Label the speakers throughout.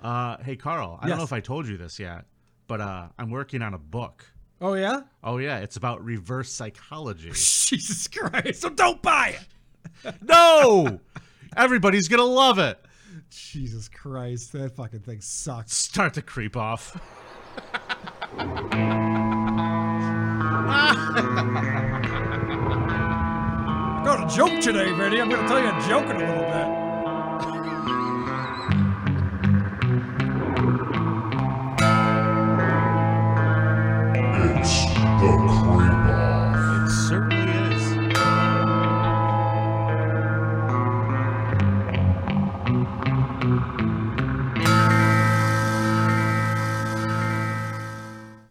Speaker 1: Uh, hey, Carl, I don't know
Speaker 2: Yes.
Speaker 1: if I told you this yet, but uh, I'm working on a book.
Speaker 2: Oh yeah.
Speaker 1: Oh, yeah, it's about reverse psychology.
Speaker 2: Jesus Christ! So don't buy it.
Speaker 1: no! Everybody's going to love it.
Speaker 2: Jesus Christ! That fucking thing sucks.
Speaker 1: Start to creep off.
Speaker 2: I got a joke today, Vinny. I'm gonna tell you a joke in a little bit.
Speaker 3: It's the creep off.
Speaker 1: It certainly is.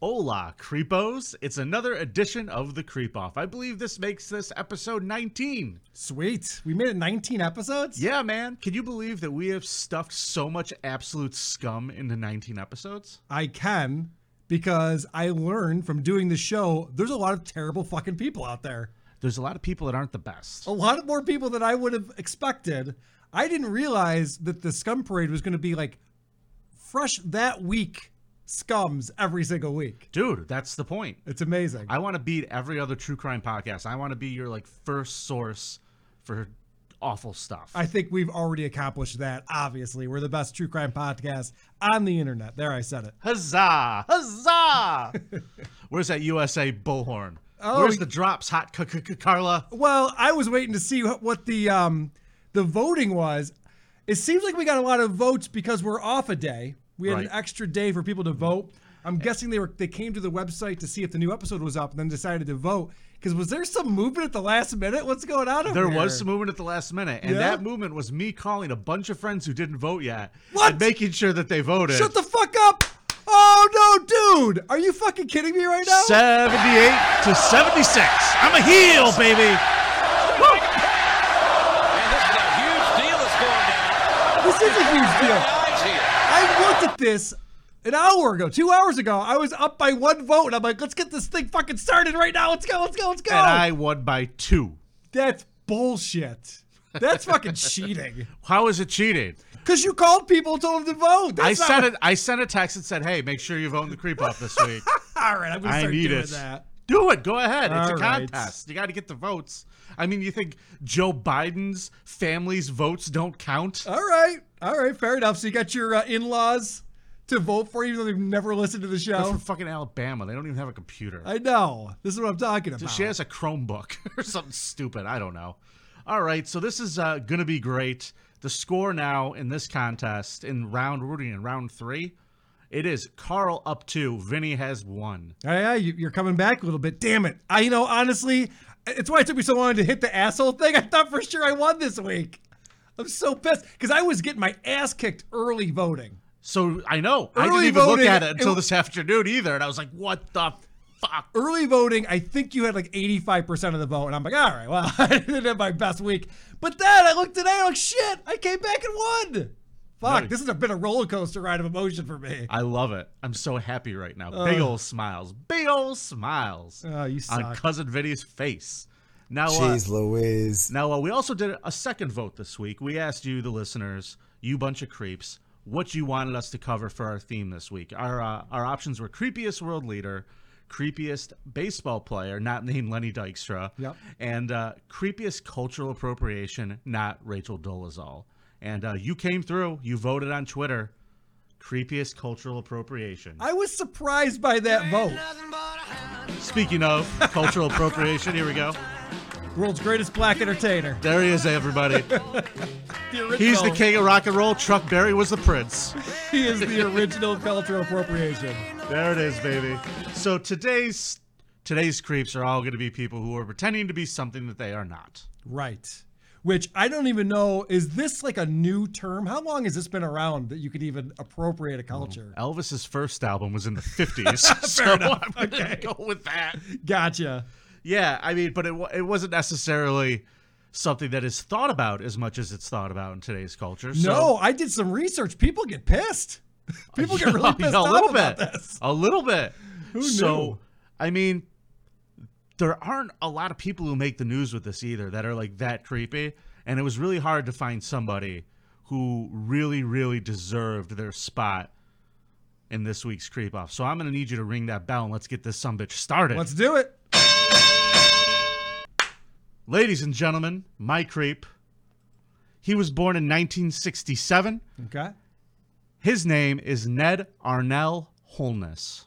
Speaker 1: Hola, creepos. It's another edition of The Creep Off. I believe this makes this episode 19.
Speaker 2: Sweet. We made it 19 episodes.
Speaker 1: Yeah, man. Can you believe that we have stuffed so much absolute scum into 19 episodes?
Speaker 2: I can because I learned from doing the show. There's a lot of terrible fucking people out there.
Speaker 1: There's a lot of people that aren't the best.
Speaker 2: a lot more people than I would have expected. I didn't realize that the scum parade was going to be like fresh that week scums every single week.
Speaker 1: Dude, that's the point.
Speaker 2: It's amazing.
Speaker 1: I want to beat every other true crime podcast. I want to be your like first source for awful stuff.
Speaker 2: I think we've already accomplished that. Obviously, we're the best true crime podcast on the internet. There, I said it.
Speaker 1: huzzah! Huzzah! Where's that USA bullhorn?
Speaker 2: Oh,
Speaker 1: Where's
Speaker 2: y-
Speaker 1: the drops, hot c- c- c- Carla?
Speaker 2: Well, I was waiting to see what, what the um the voting was. It seems like we got a lot of votes because we're off a day. We had an
Speaker 1: Right.
Speaker 2: extra day for people to vote. I'm guessing they were they came to the website to see if the new episode was up and then decided to vote. Because was there some movement at the last minute? What's going on? Over
Speaker 1: There was
Speaker 2: here?
Speaker 1: some movement at the last minute, and
Speaker 2: Yeah?
Speaker 1: that movement was me calling a bunch of friends who didn't vote yet
Speaker 2: What?
Speaker 1: and making sure that they voted.
Speaker 2: Shut the fuck up! Oh no, dude! Are you fucking kidding me right now?
Speaker 1: 78 to 76. I'm a heel, baby.
Speaker 4: And this is a huge deal that's going down.
Speaker 2: This is a huge deal.
Speaker 4: Guys here.
Speaker 2: I looked at this an hour ago, two hours ago. I was up by one vote, and I'm like, let's get this thing fucking started right now. Let's go, let's go, let's go.
Speaker 1: And I won by two.
Speaker 2: That's bullshit. That's fucking cheating.
Speaker 1: How is it cheating?
Speaker 2: Because you called people and told them to vote.
Speaker 1: I
Speaker 2: That's not
Speaker 1: sent
Speaker 2: what-
Speaker 1: it. I sent a text and said, "Hey, make sure you vote in the creep off this week.
Speaker 2: All right, I'm going to
Speaker 1: I
Speaker 2: start
Speaker 1: need
Speaker 2: doing
Speaker 1: it.
Speaker 2: that.
Speaker 1: Do it. Go ahead. It's
Speaker 2: All
Speaker 1: a
Speaker 2: right.
Speaker 1: contest. You got to get the votes. I mean, you think Joe Biden's family's votes don't count?
Speaker 2: All right. All right, fair enough. So you got your uh, in laws to vote for, even though they've never listened to the
Speaker 1: They're
Speaker 2: show.
Speaker 1: from fucking Alabama. They don't even have a computer.
Speaker 2: I know. This is what I'm talking about.
Speaker 1: she has a Chromebook or something stupid. I don't know. All right, so this is uh, gonna be great. The score now in this contest in round we're doing in round three, it is Carl up two. Vinny has one.
Speaker 2: Yeah, yeah, you, you're coming back a little bit. Damn it. I, you know, honestly, it's why it took me so long to hit the asshole thing. I thought for sure I won this week. I'm so pissed because I was getting my ass kicked early voting.
Speaker 1: So I know. I didn't
Speaker 2: Early
Speaker 1: even
Speaker 2: voting,
Speaker 1: look at it until
Speaker 2: it-
Speaker 1: this afternoon either, and I was like, "What the fuck?"
Speaker 2: Early voting, I think you had like 85% of the vote. And I'm like, all right, well, I didn't have my best week. But then I looked today, I'm like, shit, I came back and won. Fuck,
Speaker 1: Nice.
Speaker 2: this has been a roller coaster ride of emotion for me.
Speaker 1: I love it. I'm so happy right now. Big ol' smiles. Big ol' smiles
Speaker 2: Oh, you
Speaker 1: on
Speaker 2: suck.
Speaker 1: cousin Vinny's face. Now, uh,
Speaker 5: Jeez Louise.
Speaker 1: now uh, we also did a second vote this week. We asked you, the listeners, you bunch of creeps, what you wanted us to cover for our theme this week. Our uh, our options were creepiest world leader, creepiest baseball player, not named Lenny Dykstra,
Speaker 2: Yep.
Speaker 1: and uh, creepiest cultural appropriation, not Rachel Dolezal. And uh, you came through. You voted on Twitter. Creepiest cultural appropriation.
Speaker 2: I was surprised by that vote.
Speaker 1: Speaking of cultural appropriation, here we go.
Speaker 2: World's greatest black entertainer.
Speaker 1: There he is, everybody.
Speaker 2: The
Speaker 1: He's the
Speaker 2: original-
Speaker 1: king of rock and roll. Chuck Berry was the prince.
Speaker 2: He is the original cultural appropriation.
Speaker 1: There it is, baby. So today's today's creeps are all going to be people who are pretending to be something that they are not.
Speaker 2: Right. Which I don't even know. Is this like a new term? How long has this been around that you could even appropriate a culture?
Speaker 1: Elvis's first album was in the 50s. so I'm going to go with that.
Speaker 2: Gotcha.
Speaker 1: Yeah, I mean, but it, wa- it wasn't necessarily something that is thought about as much as it's thought about in today's culture. So,
Speaker 2: no, I did some research. People get pissed. People get really
Speaker 1: Yeah,
Speaker 2: pissed
Speaker 1: a
Speaker 2: off
Speaker 1: little
Speaker 2: about
Speaker 1: bit.
Speaker 2: this.
Speaker 1: A little bit.
Speaker 2: Who knew?
Speaker 1: So, I mean, there aren't a lot of people who make the news with this either that are like that creepy, and it was really hard to find somebody who really, really deserved their spot in this week's creep off. So I'm gonna need you to ring that bell and let's get this some bitch started.
Speaker 2: Let's do it.
Speaker 1: Ladies and gentlemen, my creep. He was born in 1967.
Speaker 2: Okay.
Speaker 1: His name is Ned Arnell Holness.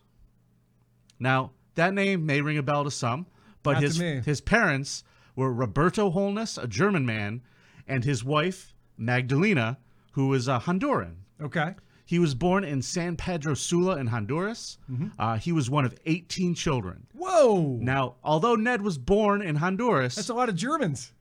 Speaker 1: Now, that name may ring a bell to some, but
Speaker 2: Not to
Speaker 1: his
Speaker 2: me.
Speaker 1: his parents were Roberto Holness, a German man, and his wife Magdalena, who was a Honduran.
Speaker 2: Okay.
Speaker 1: He was born in San Pedro Sula in Honduras.
Speaker 2: Mm-hmm.
Speaker 1: Uh, he was one of 18 children.
Speaker 2: Whoa.
Speaker 1: Now, although Ned was born in Honduras,
Speaker 2: That's a lot of Germans.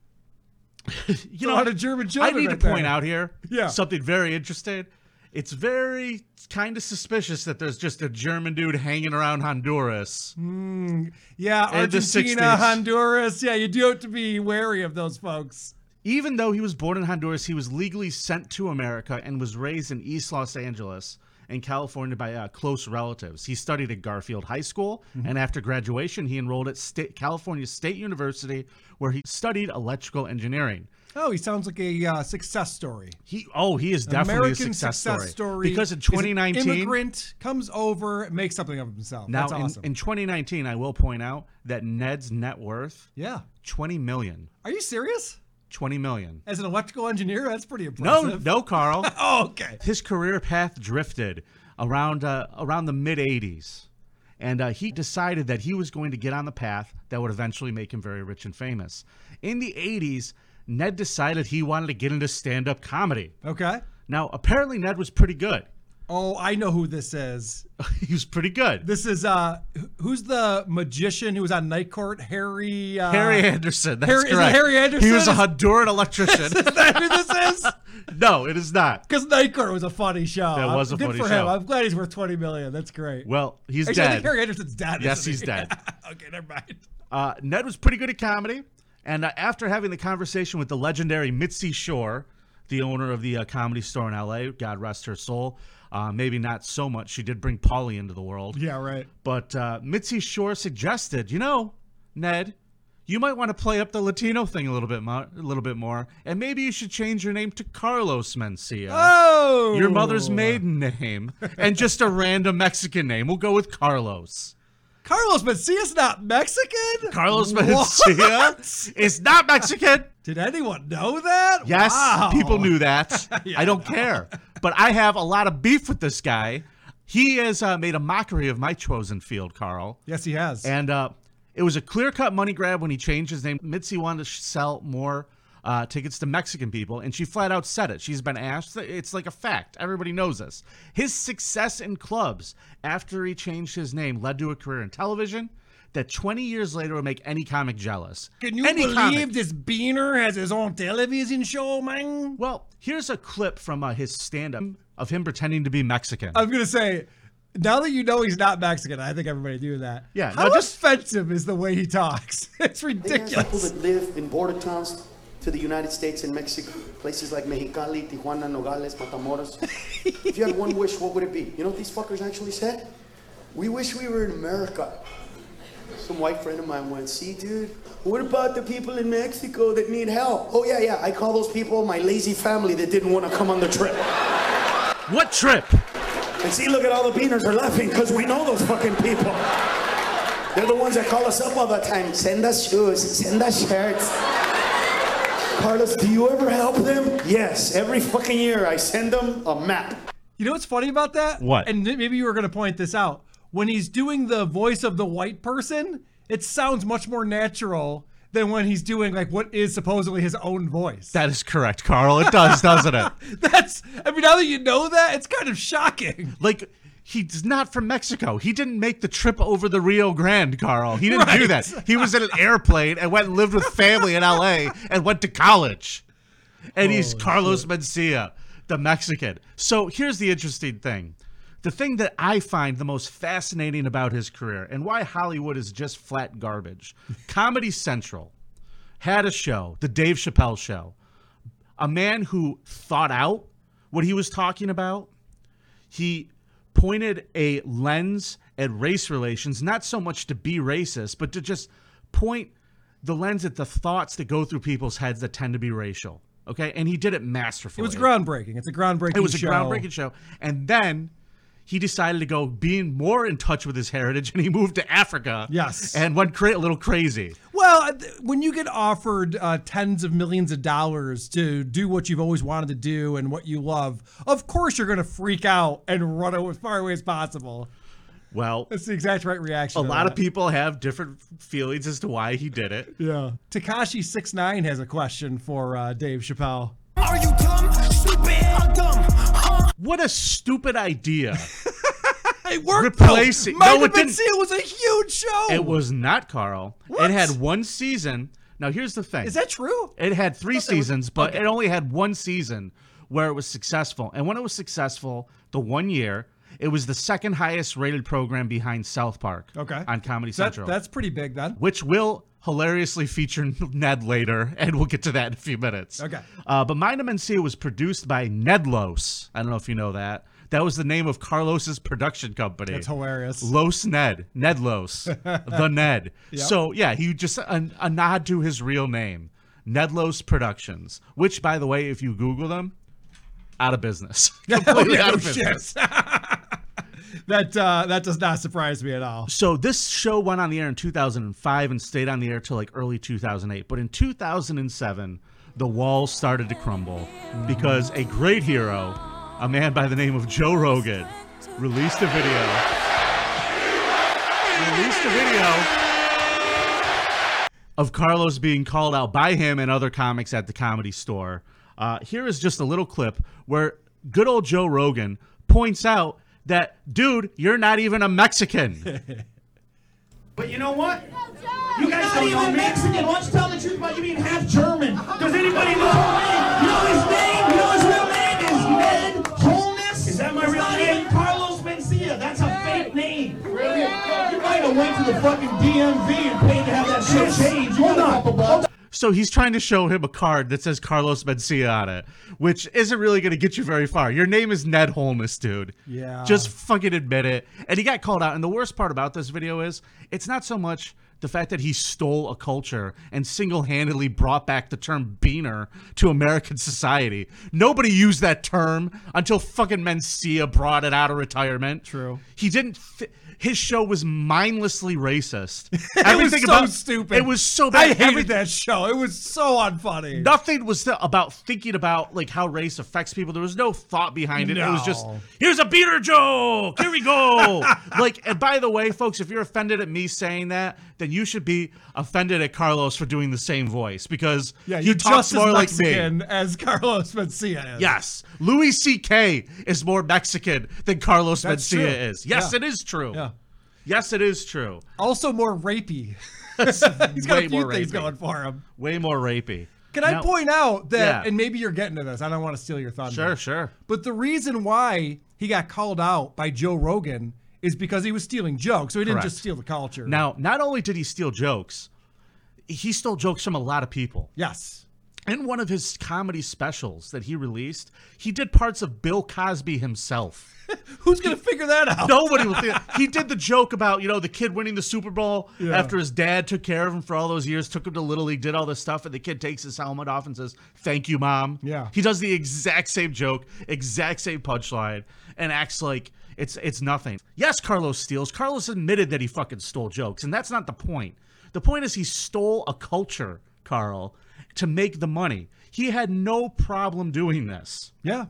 Speaker 1: you
Speaker 2: a
Speaker 1: know,
Speaker 2: lot of German
Speaker 1: I
Speaker 2: children
Speaker 1: need to
Speaker 2: right
Speaker 1: point
Speaker 2: there.
Speaker 1: out here
Speaker 2: Yeah.
Speaker 1: something very interesting. It's very kind of suspicious that there's just a German dude hanging around Honduras.
Speaker 2: Mm-hmm. Yeah,
Speaker 1: In the
Speaker 2: Argentina,
Speaker 1: 60s.
Speaker 2: Honduras. Yeah, you do have to be wary of those folks.
Speaker 1: Even though he was born in Honduras, he was legally sent to America and was raised in East Los Angeles in California by uh, close relatives. He studied at Garfield High School,
Speaker 2: Mm-hmm.
Speaker 1: and after graduation, he enrolled at State, California State University, where he studied electrical engineering.
Speaker 2: Oh, he sounds like a uh, success story.
Speaker 1: He oh, he is
Speaker 2: An
Speaker 1: definitely
Speaker 2: American
Speaker 1: a success, story. because in
Speaker 2: is an
Speaker 1: 2019,
Speaker 2: immigrant comes over, makes something of himself.
Speaker 1: now
Speaker 2: That's
Speaker 1: in-
Speaker 2: awesome.
Speaker 1: in, 2019, I will point out that Ned's net worth
Speaker 2: yeah.
Speaker 1: 20 million.
Speaker 2: Are you serious?
Speaker 1: 20 million.
Speaker 2: As an electrical engineer, that's pretty
Speaker 1: No,
Speaker 2: impressive.
Speaker 1: no, Carl.
Speaker 2: Oh, okay.
Speaker 1: his career path drifted around uh, around the mid 80s and uh, he decided that he was going to get on the path that would eventually make him very rich and famous in the 80s ned decided he wanted to get into stand-up comedy
Speaker 2: Okay.
Speaker 1: now apparently ned was pretty good
Speaker 2: Oh, I know who this is.
Speaker 1: he was pretty good
Speaker 2: This is uh, wh- who's the magician who was on Night Court? Harry. Uh,
Speaker 1: harry anderson that's
Speaker 2: Harry- is it
Speaker 1: correct.
Speaker 2: Harry Anderson?
Speaker 1: he was a
Speaker 2: Is-
Speaker 1: honduran electrician
Speaker 2: Is that who this is?
Speaker 1: no it is not
Speaker 2: Because Night Court was a funny show.
Speaker 1: That was a
Speaker 2: Good
Speaker 1: funny
Speaker 2: for him.
Speaker 1: show.
Speaker 2: I'm glad he's worth 20 million. That's great.
Speaker 1: well he's
Speaker 2: Actually, I think
Speaker 1: dead
Speaker 2: Harry Anderson's dead.
Speaker 1: Yes,
Speaker 2: isn't
Speaker 1: he's
Speaker 2: he?
Speaker 1: dead.
Speaker 2: okay, never mind.
Speaker 1: Uh, Ned was pretty good at comedy, and uh, after having the conversation with the legendary Mitzi Shore, the owner of the uh, comedy store in LA, God rest her soul, uh, maybe not so much. She did bring Polly into the world,
Speaker 2: Yeah, right.
Speaker 1: but uh, Mitzi Shore suggested, you know, Ned, you might want to play up the Latino thing a little bit, mo- a little bit more, and maybe you should change your name to Carlos Mencia.
Speaker 2: Oh,
Speaker 1: Your mother's maiden name and just a random Mexican name. We'll go with Carlos.
Speaker 2: Carlos Mencia's not Mexican.
Speaker 1: Carlos
Speaker 2: What?
Speaker 1: Mencia is not Mexican.
Speaker 2: Did anyone know that?
Speaker 1: Yes,
Speaker 2: Wow.
Speaker 1: people knew that. I don't care. But I have a lot of beef with this guy. He has uh, made a mockery of my chosen field, Carl.
Speaker 2: Yes, he has.
Speaker 1: And uh, it was a clear cut money grab when he changed his name. Mitzi wanted to sh- sell more uh, tickets to Mexican people, and she flat out said it. She's been asked. It's like a fact. Everybody knows this. His success in clubs after he changed his name led to a career in television that 20 years later would make any comic jealous.
Speaker 2: Can you
Speaker 1: any
Speaker 2: believe
Speaker 1: comic.
Speaker 2: this Beaner has his own television show, man?
Speaker 1: Well, here's a clip from uh, his stand up of him pretending to be Mexican.
Speaker 2: I was gonna say, now that you know he's not Mexican, I think everybody knew that.
Speaker 1: Yeah,
Speaker 2: How
Speaker 1: no, just-
Speaker 2: offensive is the way he talks? It's
Speaker 5: People
Speaker 2: ridiculous.
Speaker 5: that live in border towns to the United States and Mexico, places like Mexicali, Tijuana, Nogales, Matamoros. if you had one wish, what would it be? You know what these fuckers actually said? We wish we were in America. Some white friend of mine went, see, dude, what about the people in Mexico that need help? Oh, yeah, yeah, I call those people my lazy family that didn't want to come on the trip.
Speaker 1: what trip?
Speaker 5: And see, look at all the beaners are laughing because we know those fucking people. They're the ones that call us up all the time. Send us shoes, send us shirts. Carlos, do you ever help them? Yes, every fucking year I send them a map.
Speaker 2: You know what's funny about that?
Speaker 1: What?
Speaker 2: And th- maybe you were gonna point this out. When he's doing the voice of the white person, it sounds much more natural than when he's doing like what is supposedly his own voice.
Speaker 1: That is correct, Carl. It does, doesn't it?
Speaker 2: That's. I mean, now that you know that, it's kind of shocking.
Speaker 1: Like, he's not from Mexico. He didn't make the trip over the Rio Grande, Carl. He didn't do
Speaker 2: Right.
Speaker 1: that. He was in an airplane and went and lived with family in LA and went to college. And he's Carlos Mencia, the Mexican. So here's the interesting thing. The thing that I find the most fascinating about his career and why Hollywood is just flat garbage. Comedy Central had a show, the Dave Chappelle show. A man who thought out what he was talking about. He pointed a lens at race relations, not so much to be racist, but to just point the lens at the thoughts that go through people's heads that tend to be racial. Okay, and he did it masterfully.
Speaker 2: It was groundbreaking. It's a groundbreaking.
Speaker 1: It was a
Speaker 2: show.
Speaker 1: groundbreaking show. And then he decided to go being more in touch with his heritage, and he moved to Africa.
Speaker 2: Yes.
Speaker 1: and went cra- a little crazy.
Speaker 2: Well, I th- when you get offered uh, tens of millions of dollars to do what you've always wanted to do and what you love, of course you're going to freak out and run away as far away as possible.
Speaker 1: Well,
Speaker 2: That's the exact right reaction.
Speaker 1: a lot of people have different feelings as to why he did it.
Speaker 2: Yeah. Takashi six nine has a question for uh, Dave Chappelle.
Speaker 6: Are you dumb, stupid, or dumb? Huh?
Speaker 1: What a stupid idea!
Speaker 2: It worked.
Speaker 1: Replacing-
Speaker 2: Mike
Speaker 1: No, it didn't.
Speaker 2: It was a huge show.
Speaker 1: it was not Carl.
Speaker 2: What?
Speaker 1: It had one season. Now here's the thing.
Speaker 2: Is that true?
Speaker 1: It had three
Speaker 2: that was-
Speaker 1: seasons, but it only had one season where it was successful. And when it was successful, the one year, it was the second highest rated program behind South Park.
Speaker 2: Okay.
Speaker 1: On Comedy
Speaker 2: That-
Speaker 1: Central.
Speaker 2: that's pretty big then.
Speaker 1: which will hilariously feature Ned later, and we'll get to that in a few minutes.
Speaker 2: Okay.
Speaker 1: Uh, but Mind MC was produced by Nedlos. I don't know if you know that. That was the name of Carlos's production company.
Speaker 2: That's hilarious.
Speaker 1: Los Ned, Ned Los, the Ned. So yeah, he just a, a nod to his real name, Ned Los Productions. Which, by the way, if you Google them, out of business, completely out of
Speaker 2: Oh,
Speaker 1: business.
Speaker 2: shit. that uh, that does not surprise me at all.
Speaker 1: So this show went on the air in 2005 and stayed on the air till like early 2008. But in 2007, the walls started to crumble because a great hero, a man by the name of Joe Rogan, released a video. Released a video of Carlos being called out by him and other comics at the comedy store. Uh, here is just a little clip where good old Joe Rogan points out that, dude, you're not even a Mexican.
Speaker 7: But you know what? You guys don't know me. Mexican. Why don't you tell the truth about you being half German? Does anybody know his name? You know his name? You know his real name is Ned Holness? Is that my real name? Carlos Mencia. That's a fake name. Really? You might have went to the fucking DMV and paid to have that shit changed. You Hold on. Hold on.
Speaker 1: So he's trying to show him a card that says Carlos Mencia on it, which isn't really going to get you very far. Your name is Ned Holmes, dude.
Speaker 2: Yeah.
Speaker 1: Just fucking admit it. And he got called out. And the worst part about this video is it's not so much the fact that he stole a culture and single-handedly brought back the term beaner to American society. Nobody used that term until fucking Mencia brought it out of retirement.
Speaker 2: True.
Speaker 1: He didn't fi- his show was mindlessly racist.
Speaker 2: It was so stupid.
Speaker 1: It was so bad.
Speaker 2: I hated
Speaker 1: Everything-
Speaker 2: that show. It was so unfunny.
Speaker 1: nothing was th- about thinking about like how race affects people. There was no thought behind it. It was just
Speaker 2: No.
Speaker 1: here's a beater joke. Here we go. like, and by the way, folks, if you're offended at me saying that, then you should be offended at Carlos for doing the same voice because
Speaker 2: yeah,
Speaker 1: he
Speaker 2: you
Speaker 1: talks
Speaker 2: just
Speaker 1: more
Speaker 2: as
Speaker 1: like me.
Speaker 2: Mexican as Carlos Mencia is.
Speaker 1: Yes, Louis C.K. is more Mexican than Carlos
Speaker 2: That's
Speaker 1: Mencia
Speaker 2: true.
Speaker 1: is. Yes,
Speaker 2: Yeah.
Speaker 1: it is true.
Speaker 2: Yeah.
Speaker 1: Yes, it is true.
Speaker 2: Also more rapey. He's got
Speaker 1: Way
Speaker 2: a few
Speaker 1: more
Speaker 2: things
Speaker 1: rapey.
Speaker 2: going for him.
Speaker 1: Way more rapey.
Speaker 2: Can I
Speaker 1: Now-
Speaker 2: point out that,
Speaker 1: Yeah.
Speaker 2: and maybe you're getting to this. I don't want to steal your thunder.
Speaker 1: Sure, sure.
Speaker 2: But the reason why he got called out by Joe Rogan is because he was stealing jokes. So he didn't
Speaker 1: Correct.
Speaker 2: just steal the culture.
Speaker 1: Now, not only did he steal jokes, he stole jokes from a lot of people.
Speaker 2: yes.
Speaker 1: In one of his comedy specials that he released, he did parts of Bill Cosby himself.
Speaker 2: Who's going to figure that out?
Speaker 1: Nobody would think he did the joke about, you know, the kid winning the Super Bowl
Speaker 2: Yeah.
Speaker 1: after his dad took care of him for all those years, took him to Little League, did all this stuff, and the kid takes his helmet off and says, Thank you, mom.
Speaker 2: Yeah.
Speaker 1: He does the exact same joke, exact same punchline, and acts like it's it's nothing. Yes, Carlos steals. Carlos admitted that he fucking stole jokes, and that's not the point. The point is he stole a culture, Carl, to make the money. He had no problem doing this
Speaker 2: Yeah.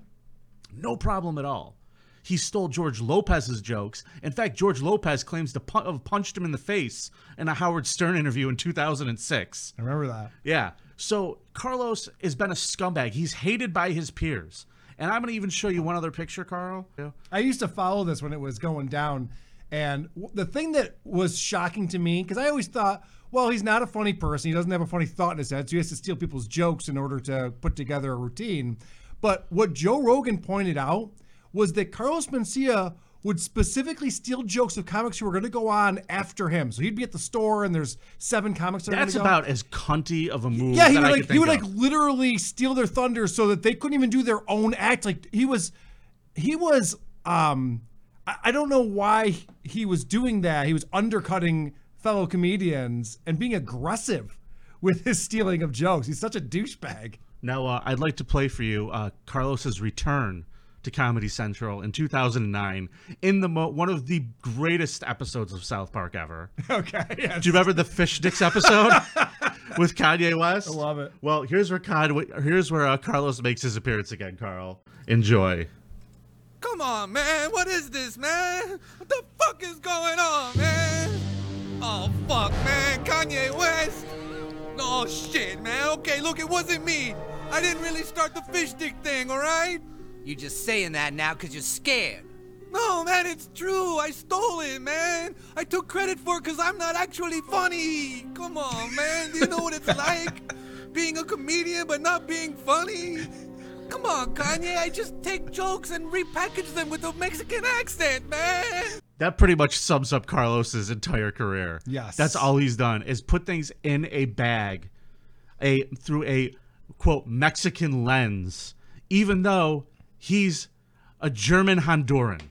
Speaker 1: no problem at all. He stole George Lopez's jokes. In fact, George Lopez claims to pu- have punched him in the face in a Howard Stern interview in 2006.
Speaker 2: I remember that.
Speaker 1: Yeah. So Carlos has been a scumbag. He's hated by his peers. And I'm going to even show you one other picture, Carl.
Speaker 2: I used to follow this when it was going down. And w- the thing that was shocking to me, because I always thought, well, he's not a funny person. He doesn't have a funny thought in his head. So he has to steal people's jokes in order to put together a routine. But what Joe Rogan pointed out was that Carlos Mencia would specifically steal jokes of comics who were going to go on after him. So he'd be at the store and there's seven comics that are
Speaker 1: That's
Speaker 2: gonna go.
Speaker 1: about as cunty of a move.
Speaker 2: Yeah, he
Speaker 1: that
Speaker 2: would
Speaker 1: I
Speaker 2: like
Speaker 1: could
Speaker 2: he would
Speaker 1: think
Speaker 2: like
Speaker 1: of.
Speaker 2: literally steal their thunder so that they couldn't even do their own act. Like he was, he was. um I, I don't know why he was doing that. He was undercutting fellow comedians and being aggressive with his stealing of jokes. He's such a douchebag.
Speaker 1: Now, uh, I'd like to play for you uh, Carlos's return to Comedy Central in 2009 in the mo- one of the greatest episodes of South Park ever.
Speaker 2: Okay. Yeah.
Speaker 1: Do you remember the fish sticks episode with Kanye West? I
Speaker 2: love it.
Speaker 1: Well, here's where Kanye, here's where uh, Carlos makes his appearance again. Carl, enjoy.
Speaker 8: Come on, man. What is this, man? What the fuck is going on, man? Oh, fuck, man. Kanye West. Oh, shit, man. Okay, look, it wasn't me. I didn't really start the fish stick thing, all right?
Speaker 9: You're just saying that now because you're scared.
Speaker 8: No, man, it's true. I stole it, man. I took credit for it because I'm not actually funny. Come on, man. Do you know what it's like being a comedian but not being funny? Come on, Kanye. I just take jokes and repackage them with a Mexican accent, man.
Speaker 1: That pretty much sums up Carlos's entire career.
Speaker 2: Yes.
Speaker 1: That's all he's done is put things in a bag, a through a quote Mexican lens, even though he's a German Honduran.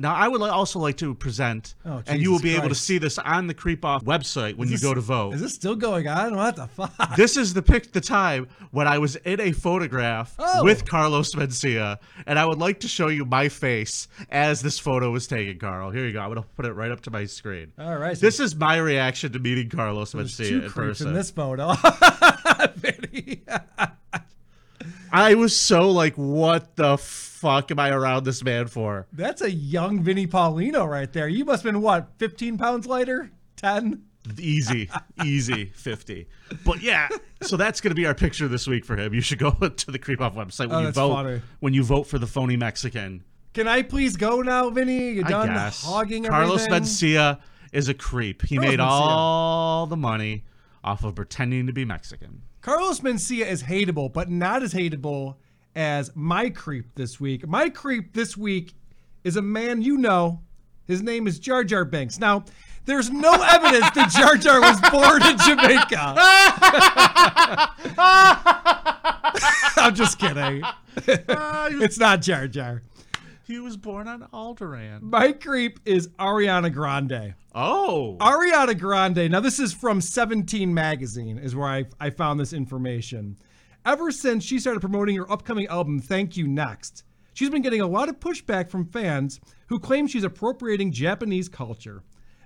Speaker 1: Now, I would li- also like to present,
Speaker 2: Oh,
Speaker 1: and you will
Speaker 2: Jesus
Speaker 1: be able to
Speaker 2: Christ.
Speaker 1: see this on the Creep Off website when you go to vote
Speaker 2: Is this still going on? What the fuck?
Speaker 1: this is the pic the time when I was in a photograph
Speaker 2: Oh.
Speaker 1: with Carlos Mencia, and I would like to show you my face as this photo was taken, Carl. Here you go. I'm gonna put it right up to my screen.
Speaker 2: All right, so-
Speaker 1: this is my reaction to meeting Carlos
Speaker 2: Two
Speaker 1: Mencia in
Speaker 2: creeps
Speaker 1: person.
Speaker 2: in this photo. Vinny.
Speaker 1: I was so like, what the fuck am I around this man for?
Speaker 2: That's a young Vinnie Paulino right there. You must have been what, 15 pounds lighter? 10?
Speaker 1: Easy, easy, fifty. But yeah, so that's gonna be our picture this week for him. You should go to the Creep Off website when
Speaker 2: Oh,
Speaker 1: you
Speaker 2: that's
Speaker 1: vote.
Speaker 2: funny.
Speaker 1: When you vote for the phony Mexican.
Speaker 2: Can I please go now, Vinny? You done hogging
Speaker 1: Carlos
Speaker 2: everything?
Speaker 1: Mencia is a creep. He
Speaker 2: Carlos
Speaker 1: made
Speaker 2: Mencia.
Speaker 1: all the money off of pretending to be Mexican.
Speaker 2: Carlos Mencia is hateable, but not as hateable as my creep this week. My creep this week is a man you know. His name is Jar Jar Banks. Now, there's no evidence that Jar Jar was born in Jamaica. I'm just kidding.
Speaker 1: Ah,
Speaker 2: it's not Jar Jar.
Speaker 1: He was born on Alderan.
Speaker 2: My creep is Ariana Grande.
Speaker 1: Oh,
Speaker 2: Ariana Grande. Now, this is from 17 Magazine, is where I, I found this information. Ever since she started promoting her upcoming album, Thank You Next, she's been getting a lot of pushback from fans who claim she's appropriating Japanese culture.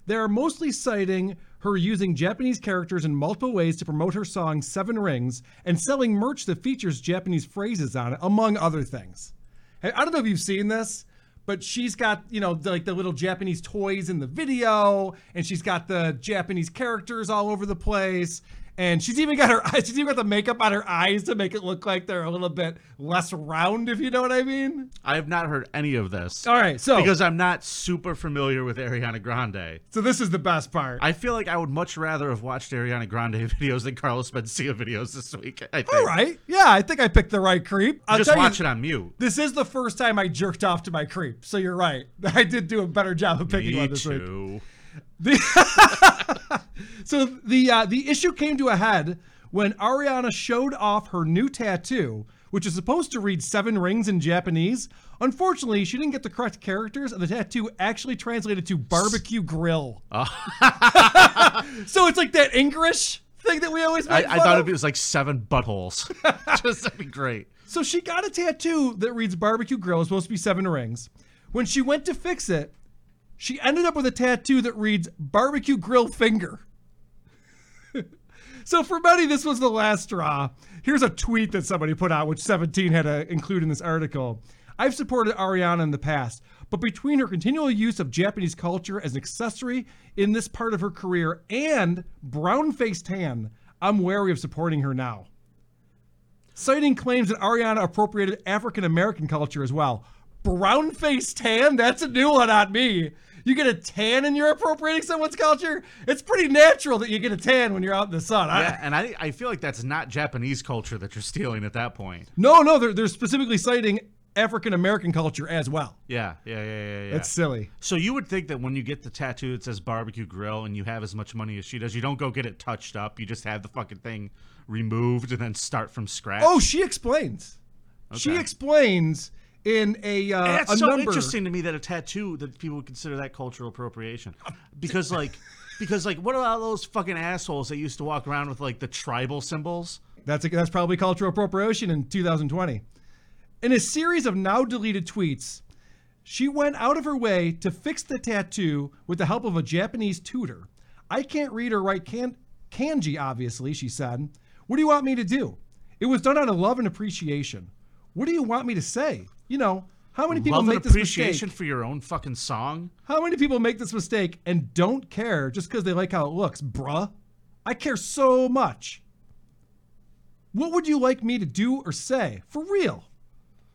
Speaker 2: They are mostly citing her using Japanese characters in multiple ways to promote her song Seven Rings and selling merch that features Japanese phrases on it, among other things. Hey, I don't know if you've seen this, but she's got, you know, the- like the little Japanese toys in the video, and she's got the Japanese characters all over the place. And she's even got her eyes, she's even got the makeup on her eyes to make it look like they're a little bit less round, if you know what I mean.
Speaker 1: I have not heard any of this.
Speaker 2: All right, so
Speaker 1: Because I'm not super familiar with Ariana Grande.
Speaker 2: so this is the best part.
Speaker 1: I feel like I would much rather have watched Ariana Grande videos than Carlos Mencia videos this week. I think.
Speaker 2: all right. Yeah, I think I picked the right creep. I'll
Speaker 1: Just
Speaker 2: tell
Speaker 1: watch
Speaker 2: you,
Speaker 1: it on mute.
Speaker 2: This is the first time I jerked off to my creep, so you're right. I did do a better job of picking
Speaker 1: Me
Speaker 2: one this week.
Speaker 1: too.
Speaker 2: So the uh, the issue came to a head when Ariana showed off her new tattoo, which is supposed to read seven rings in Japanese. Unfortunately, she didn't get the correct characters, and the tattoo actually translated to barbecue grill. so it's like that English thing that we always
Speaker 1: I,
Speaker 2: make
Speaker 1: I
Speaker 2: fun
Speaker 1: thought
Speaker 2: of.
Speaker 1: it was like seven buttholes. Just that'd be great.
Speaker 2: So she got a tattoo that reads barbecue grill. It's supposed to be seven rings. When she went to fix it, she ended up with a tattoo that reads barbecue grill finger. so for many, this was the last straw. Here's a tweet that somebody put out, which 17 had to include in this article. I've supported Ariana in the past, but between her continual use of Japanese culture as an accessory in this part of her career and brown faced tan, I'm wary of supporting her now citing claims that Ariana appropriated African American culture as well. Brown faced tan? That's a new one on me. You get a tan and you're appropriating someone's culture? It's pretty natural that you get a tan when you're out in the sun. I-
Speaker 1: Yeah, and I, I feel like that's not Japanese culture that you're stealing at that point.
Speaker 2: no, no, they're, they're specifically citing African American culture as well.
Speaker 1: Yeah, yeah, yeah, yeah. yeah.
Speaker 2: That's silly.
Speaker 1: So you would think that when you get the tattoo that says barbecue grill and you have as much money as she does, you don't go get it touched up. You just have the fucking thing removed and then start from scratch.
Speaker 2: Oh, she explains. She
Speaker 1: Okay.
Speaker 2: explains in a, uh,
Speaker 1: that's
Speaker 2: a
Speaker 1: so
Speaker 2: number.
Speaker 1: interesting to me that a tattoo that people would consider that cultural appropriation. Because like because like what about those fucking assholes that used to walk around with like the tribal symbols?
Speaker 2: That's a, that's probably cultural appropriation in 2020. In a series of now deleted tweets, she went out of her way to fix the tattoo with the help of a Japanese tutor. I can't read or write kan- kanji, obviously, she said. What do you want me to do? It was done out of love and appreciation. What do you want me to say? You know, how many people
Speaker 1: Love
Speaker 2: make
Speaker 1: and
Speaker 2: this
Speaker 1: appreciation
Speaker 2: mistake?
Speaker 1: for your own fucking song.
Speaker 2: How many people make this mistake and don't care just because they like how it looks, bruh? I care so much. What would you like me to do or say? For real.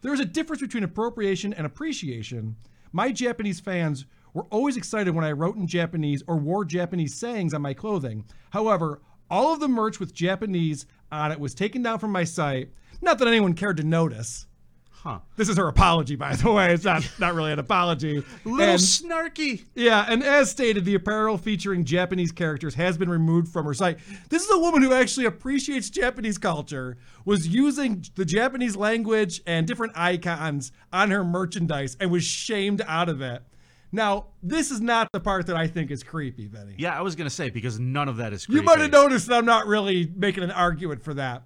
Speaker 2: There's a difference between appropriation and appreciation. My Japanese fans were always excited when I wrote in Japanese or wore Japanese sayings on my clothing. However, all of the merch with Japanese on it was taken down from my site. Not that anyone cared to notice.
Speaker 1: Huh.
Speaker 2: This is her apology, by the way. It's not, not really an apology.
Speaker 1: Little
Speaker 2: And-
Speaker 1: snarky.
Speaker 2: yeah, and as stated, the apparel featuring Japanese characters has been removed from her site. This is a woman who actually appreciates Japanese culture, was using the Japanese language and different icons on her merchandise, and was shamed out of it. Now, this is not the part that I think is creepy, Benny.
Speaker 1: Yeah, I was gonna say because none of that is. Creepy.
Speaker 2: You might have noticed that I'm not really making an argument for that.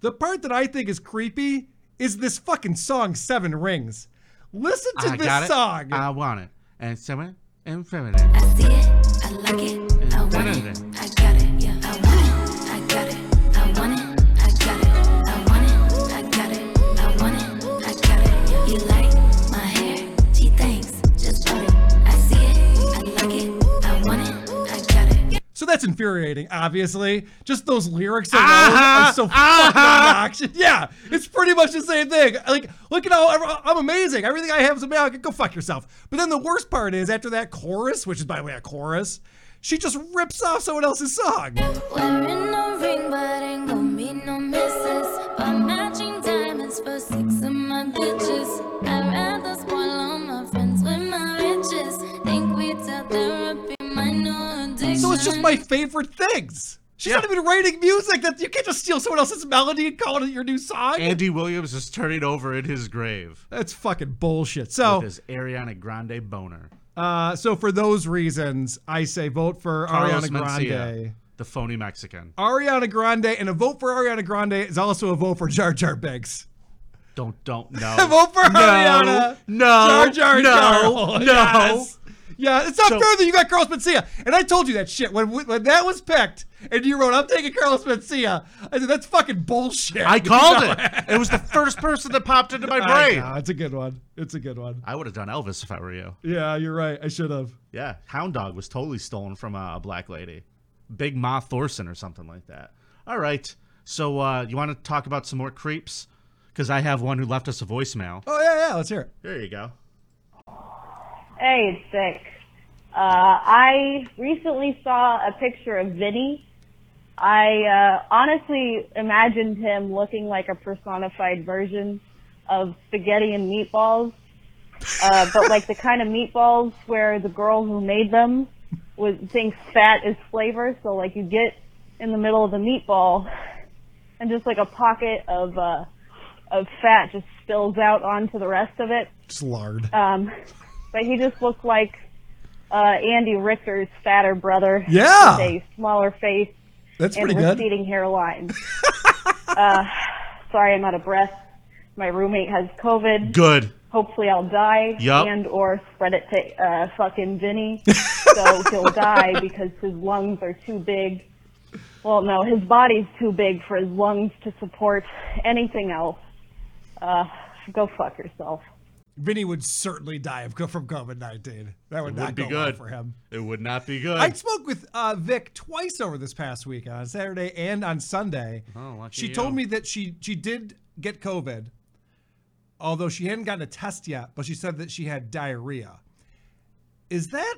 Speaker 2: The part that I think is creepy is this fucking song, Seven Rings. Listen to
Speaker 1: I
Speaker 2: this
Speaker 1: got it.
Speaker 2: song.
Speaker 1: I want it. And feminine and feminine.
Speaker 10: I see it, I like it, I want it, I got it, yeah. I want it, I got it, I want it, I got it, I want it, I got it, I want it, I got it. yeah. You like my hair? Gee, thanks, just bought it. I see it, I like it, I want it, I got it.
Speaker 2: So that's infuriating, obviously. Just those lyrics alone
Speaker 1: Uh-huh,
Speaker 2: are so fucking
Speaker 1: uh-huh.
Speaker 2: obnoxious. Yeah, it's pretty much the same thing. Like, look at how I'm amazing. Everything I have is amazing. Go fuck yourself. But then the worst part is after that chorus, which is by the way a chorus, she just rips off someone else's song.
Speaker 10: Wearing no ring, but ain't gon' be no misses. Buy matching diamonds for six of my bitches. I'd rather spoil all my friends with my riches. Think we tell therapy my new addiction.
Speaker 2: So it's just my favorite things. She's not even writing music. That you can't just steal someone else's melody and call it your new song.
Speaker 1: Andy Williams is turning over in his grave
Speaker 2: that's fucking bullshit. So,
Speaker 1: with his Ariana Grande boner.
Speaker 2: uh, so for those reasons, I say vote for
Speaker 1: Carlos
Speaker 2: Ariana Grande.
Speaker 1: Mencia, the phony Mexican.
Speaker 2: Ariana Grande, and a vote for Ariana Grande is also a vote for Jar Jar Binks.
Speaker 1: Don't don't
Speaker 2: A
Speaker 1: know.
Speaker 2: vote for
Speaker 1: No,
Speaker 2: Ariana.
Speaker 1: no,
Speaker 2: Jar Jar
Speaker 1: no, no.
Speaker 2: Jar. Yes. Yeah, it's not
Speaker 1: So-
Speaker 2: fair that you got Carlos Mencia. And I told you that shit when when that was picked, and you wrote, "I'm taking Carlos Mencia." I said, "That's fucking bullshit."
Speaker 1: I called it. It was the first person that popped into my
Speaker 2: I
Speaker 1: brain.
Speaker 2: know,
Speaker 1: I,
Speaker 2: it's a good one. It's a good one.
Speaker 1: would have done Elvis if I were you.
Speaker 2: Yeah, you're right. I should have.
Speaker 1: Yeah, Hound Dog was totally stolen from uh, a black lady, Big Ma Thorson or something like that. All right, so uh, you want to talk about some more creeps? Because I have one who left us a voicemail.
Speaker 2: Oh yeah, yeah. Let's hear it.
Speaker 1: There you go.
Speaker 11: Hey, it's sick. Uh, I recently saw a picture of Vinny. I uh, honestly imagined him looking like a personified version of spaghetti and meatballs, uh, but like the kind of meatballs where the girl who made them was thinks fat is flavor. So like you get in the middle of the meatball, and just like a pocket of uh, of fat just spills out onto the rest of it.
Speaker 2: Just lard.
Speaker 11: Um, but he just looked like uh, Andy Richter's fatter brother.
Speaker 2: Yeah.
Speaker 11: With a smaller face
Speaker 2: That's
Speaker 11: and
Speaker 2: pretty good.
Speaker 11: receding hairline. uh, sorry, I'm out of breath. My roommate has COVID.
Speaker 1: Good.
Speaker 11: Hopefully, I'll die
Speaker 1: Yup.
Speaker 11: and or spread it to uh, fucking Vinny, so he'll die because his lungs are too big. Well, no, his body's too big for his lungs to support anything else. Uh, go fuck yourself.
Speaker 2: Vinny would certainly die of from COVID nineteen. That would
Speaker 1: It
Speaker 2: not
Speaker 1: would be
Speaker 2: go well
Speaker 1: good
Speaker 2: for him.
Speaker 1: It would not be good.
Speaker 2: I spoke with uh, Vic twice over this past week on Saturday and on Sunday.
Speaker 1: Oh, lucky
Speaker 2: she
Speaker 1: you.
Speaker 2: told me that she she did get COVID, although she hadn't gotten a test yet. But she said that she had diarrhea. Is that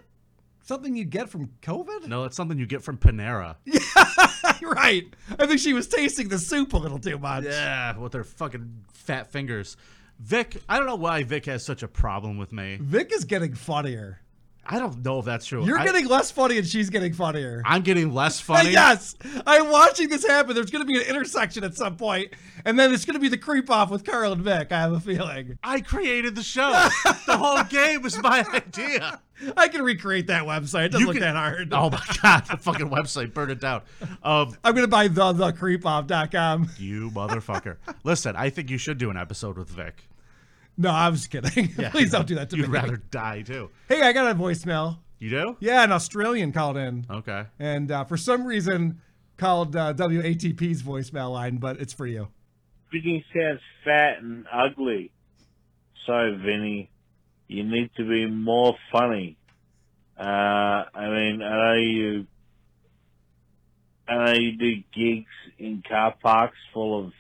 Speaker 2: something you get from COVID?
Speaker 1: no, it's something you get from Panera.
Speaker 2: right. I think she was tasting the soup a little too much.
Speaker 1: Yeah, with their fucking fat fingers. Vic, I don't know why Vic has such a problem with me.
Speaker 2: Vic is getting funnier.
Speaker 1: I don't know if that's true.
Speaker 2: You're
Speaker 1: I,
Speaker 2: getting less funny, and she's getting funnier.
Speaker 1: I'm getting less funny.
Speaker 2: Yes, I'm watching this happen. There's going to be an intersection at some point, and then it's going to be the creep off with Carl and Vic. I have a feeling.
Speaker 1: I created the show. the whole game was my idea.
Speaker 2: I can recreate that website. It doesn't
Speaker 1: You
Speaker 2: look
Speaker 1: can-
Speaker 2: that hard.
Speaker 1: Oh my god, the fucking website, burn it down. Um,
Speaker 2: I'm gonna buy the the creepoff.com.
Speaker 1: You motherfucker. Listen, I think you should do an episode with Vic.
Speaker 2: No, I was kidding.
Speaker 1: Yeah,
Speaker 2: Please
Speaker 1: I know.
Speaker 2: don't do that to
Speaker 1: You'd
Speaker 2: me.
Speaker 1: rather die too.
Speaker 2: Hey, I got a voicemail.
Speaker 1: You do?
Speaker 2: Yeah, an Australian called in,
Speaker 1: Okay.
Speaker 2: and uh, for some reason called uh, WATP's voicemail line, but it's for you.
Speaker 12: Vicky sounds fat and ugly. So, Vinny, you need to be more funny. Uh, I mean, I know you, I know you do gigs in car parks full of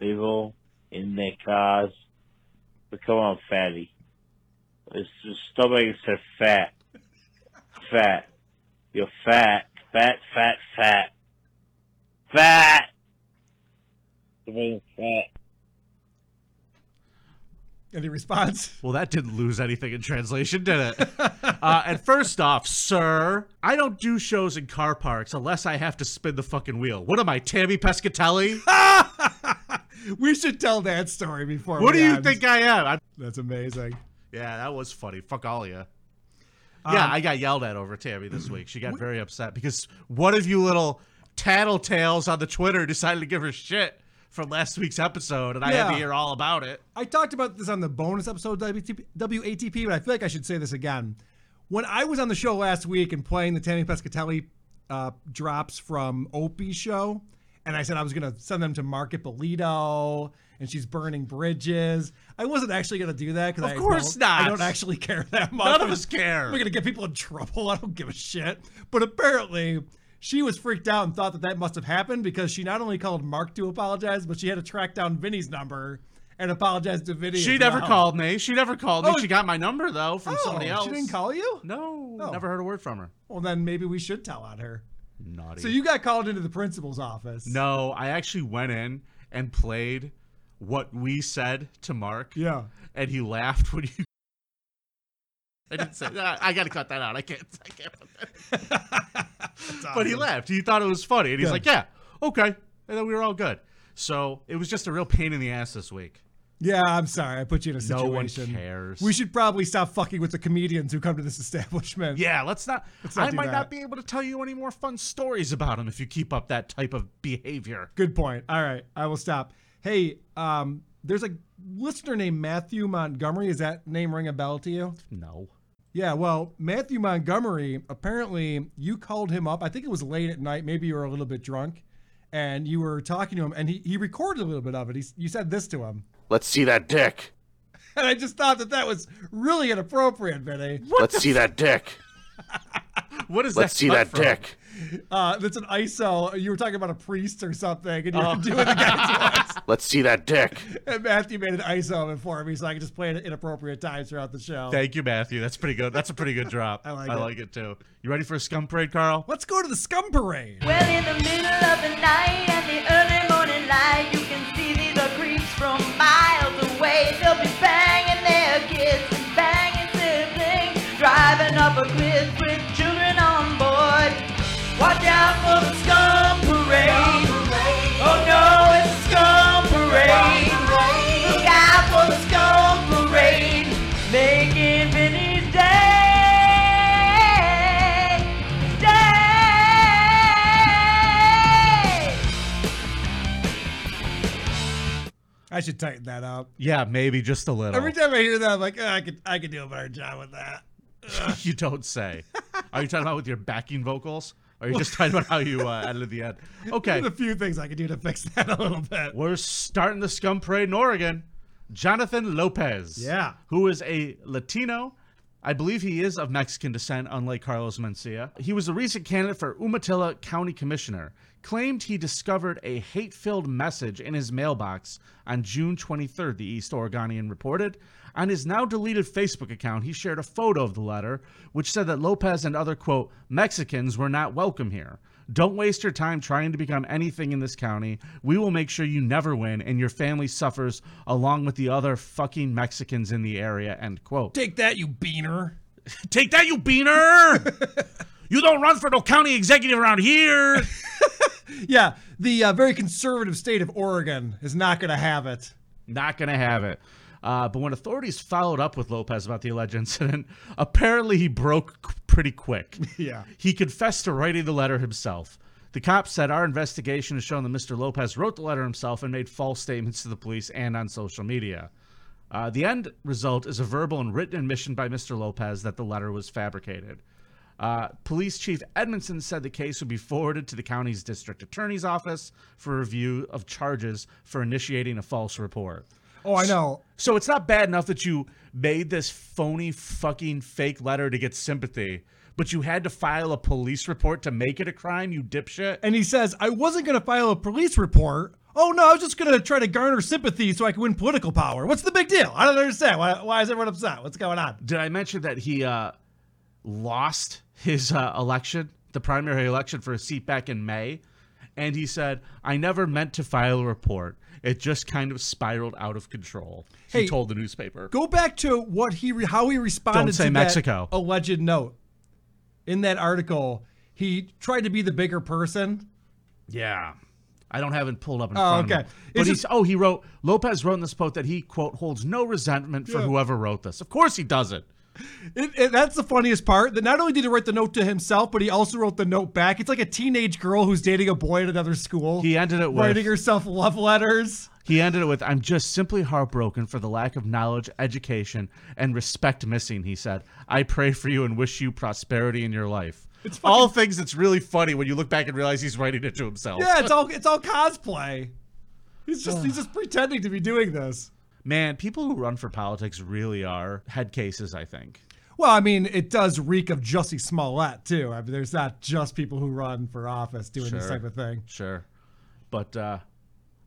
Speaker 12: people in their cars, but come on, fatty. Let's just stop being so fat. Fat. You're fat. Fat, fat, fat. Fat! You're being fat.
Speaker 2: Any response?
Speaker 1: Well, that didn't lose anything in translation, did it? uh, and first off, sir, I don't do shows in car parks unless I have to spin the fucking wheel. What am I, Tammy Pescatelli?
Speaker 2: We should tell that story before.
Speaker 1: what
Speaker 2: we
Speaker 1: do you
Speaker 2: end.
Speaker 1: think I am? I-
Speaker 2: That's amazing.
Speaker 1: yeah, that was funny. Fuck all you. Yeah,
Speaker 2: Um,
Speaker 1: I got yelled at over Tammy this week. She got very upset because one of you little tattletales on the Twitter decided to give her shit from last week's episode, and I had to
Speaker 2: Yeah.
Speaker 1: hear all about it.
Speaker 2: I talked about this on the bonus episode of WTP, WATP, but I feel like I should say this again. When I was on the show last week and playing the Tammy Pescatelli uh, drops from Opie's show, and I said I was going to send them to Market Bolito and she's burning bridges. I wasn't actually going to do that because
Speaker 1: Of course
Speaker 2: I
Speaker 1: not.
Speaker 2: don't actually care that much.
Speaker 1: None of us care.
Speaker 2: We're going to get people in trouble. I don't give a shit. But apparently, she was freaked out and thought that that must have happened because she not only called Mark to apologize, but she had to track down Vinny's number and apologize to Vinny.
Speaker 1: She
Speaker 2: as
Speaker 1: never
Speaker 2: well.
Speaker 1: called me. She never called me.
Speaker 2: Oh,
Speaker 1: She got my number though from somebody
Speaker 2: Oh,
Speaker 1: else.
Speaker 2: She didn't call you?
Speaker 1: No.
Speaker 2: Oh.
Speaker 1: Never heard a word from her.
Speaker 2: Well, then maybe we should tell on her.
Speaker 1: Naughty.
Speaker 2: So you got called into the principal's office.
Speaker 1: No, I actually went in and played what we said to Mark.
Speaker 2: Yeah.
Speaker 1: And he laughed when you. I didn't say that. I got to cut that out. I can't. I can't put that. but he
Speaker 2: awesome.
Speaker 1: laughed. He thought it was funny, and he's
Speaker 2: Good.
Speaker 1: like, "Yeah, okay." And then we were all good. So it was just a real pain in the ass this week.
Speaker 2: Yeah, I'm sorry. I put you in a
Speaker 1: No
Speaker 2: situation.
Speaker 1: one cares.
Speaker 2: We should probably stop fucking with the comedians who come to this establishment.
Speaker 1: Yeah, let's not.
Speaker 2: Let's not
Speaker 1: I
Speaker 2: do
Speaker 1: might
Speaker 2: that.
Speaker 1: not be able to tell you any more fun stories about him if you keep up that type of behavior.
Speaker 2: Good point. All right, I will stop. Hey, um, there's a listener named Matthew Montgomery. Is that name ring a bell to you?
Speaker 1: No.
Speaker 2: Yeah, well, Matthew Montgomery, apparently you called him up. I think it was late at night. Maybe you were a little bit drunk and you were talking to him and he, he recorded a little bit of it. He, s- you said this to him.
Speaker 13: Let's see that dick.
Speaker 2: And I just thought that that was really inappropriate, Vinny.
Speaker 13: Let's see that dick.
Speaker 1: What is
Speaker 13: Let's
Speaker 1: that
Speaker 13: see
Speaker 1: cut
Speaker 13: that
Speaker 1: from?
Speaker 13: dick.
Speaker 2: Uh, that's an ISO. You were talking about a priest or something and you
Speaker 13: Oh.
Speaker 2: were doing the guy's voice.
Speaker 13: Let's see that dick.
Speaker 2: And Matthew made an ISO of it for me so I could just play it at inappropriate times throughout the show.
Speaker 1: Thank you, Matthew. That's pretty good. That's a pretty good drop. I
Speaker 2: like
Speaker 1: I
Speaker 2: it.
Speaker 1: like it too. You ready for a scum parade, Carl?
Speaker 2: Let's go to the scum parade.
Speaker 14: Well, in the middle of the night and the early morning light, you can see these are creeps from miles away. They'll be banging their kids and banging siblings, driving up a cliff with children on board. Watch out for the scum parade. Oh no, it's a scum parade. Look out for the scum parade, making Vinny's day. Day.
Speaker 2: I should tighten that up.
Speaker 1: Yeah, maybe just a little.
Speaker 2: Every time I hear that, I'm like, "Ah, I could I could do a better job with that.
Speaker 1: you don't say. Are you talking about with your backing vocals? Or are you just talking about how you uh, edited the end? Okay.
Speaker 2: There's a few things I could do to fix that a little bit.
Speaker 1: We're starting the scum parade in Oregon. Jonathan Lopez.
Speaker 2: Yeah.
Speaker 1: Who is a Latino. I believe he is of Mexican descent, unlike Carlos Mencia. He was a recent candidate for Umatilla County Commissioner. Claimed he discovered a hate filled message in his mailbox on June 23rd, the East Oregonian reported. On his now deleted Facebook account, he shared a photo of the letter, which said that Lopez and other, quote, Mexicans were not welcome here. Don't waste your time trying to become anything in this county. We will make sure you never win and your family suffers along with the other fucking Mexicans in the area. End quote.
Speaker 2: Take that, you beaner.
Speaker 1: Take that, you beaner! you don't run for no county executive around here.
Speaker 2: yeah, the uh, very conservative state of Oregon is not going to have it.
Speaker 1: Not gonna have it. Uh, but when authorities followed up with Lopez about the alleged incident, apparently he broke c- pretty quick.
Speaker 2: Yeah.
Speaker 1: He confessed to writing the letter himself. The cop said our investigation has shown that Mr. Lopez wrote the letter himself and made false statements to the police and on social media. Uh, the end result is a verbal and written admission by Mr. Lopez that the letter was fabricated. Uh, Police Chief Edmondson said the case would be forwarded to the county's district attorney's office for review of charges for initiating a false report.
Speaker 2: Oh, I know.
Speaker 1: So it's not bad enough that you made this phony fucking fake letter to get sympathy, but you had to file a police report to make it a crime, you dipshit.
Speaker 2: And he says, I wasn't going to file a police report. Oh, no, I was just going to try to garner sympathy so I can win political power. What's the big deal? I don't understand. Why, why is everyone upset? What's going on?
Speaker 1: Did I mention that he uh, lost his uh, election, the primary election for a seat back in May? And he said, I never meant to file a report. It just kind of spiraled out of control.
Speaker 2: Hey,
Speaker 1: he told the newspaper.
Speaker 2: Go back to what he re- how he responded
Speaker 1: Don't say
Speaker 2: to
Speaker 1: Mexico.
Speaker 2: that alleged note. In that article, he tried to be the bigger person.
Speaker 1: Yeah. I don't have it pulled up in
Speaker 2: Oh,
Speaker 1: front
Speaker 2: okay.
Speaker 1: of me.
Speaker 2: It's
Speaker 1: But he's,
Speaker 2: just-
Speaker 1: oh, he wrote, Lopez wrote in this quote that he, quote, holds no resentment for
Speaker 2: Yeah.
Speaker 1: whoever wrote this. Of course he doesn't.
Speaker 2: It, it- that's the funniest part. That not only did he write the note to himself, but he also wrote the note back. It's like a teenage girl who's dating a boy at another school.
Speaker 1: He ended it with,
Speaker 2: writing herself love letters.
Speaker 1: He ended it with, I'm just simply heartbroken for the lack of knowledge, education, and respect missing, he said. I pray for you and wish you prosperity in your life. It's all things that's really funny when you look back and realize he's writing it to himself.
Speaker 2: Yeah, it's all it's all cosplay. He's just he's just pretending to be doing this.
Speaker 1: Man, people who run for politics really are head cases, I think.
Speaker 2: Well, I mean, it does reek of Jussie Smollett too. I mean, there's not just people who run for office doing this
Speaker 1: Sure.
Speaker 2: type of thing.
Speaker 1: Sure. But uh,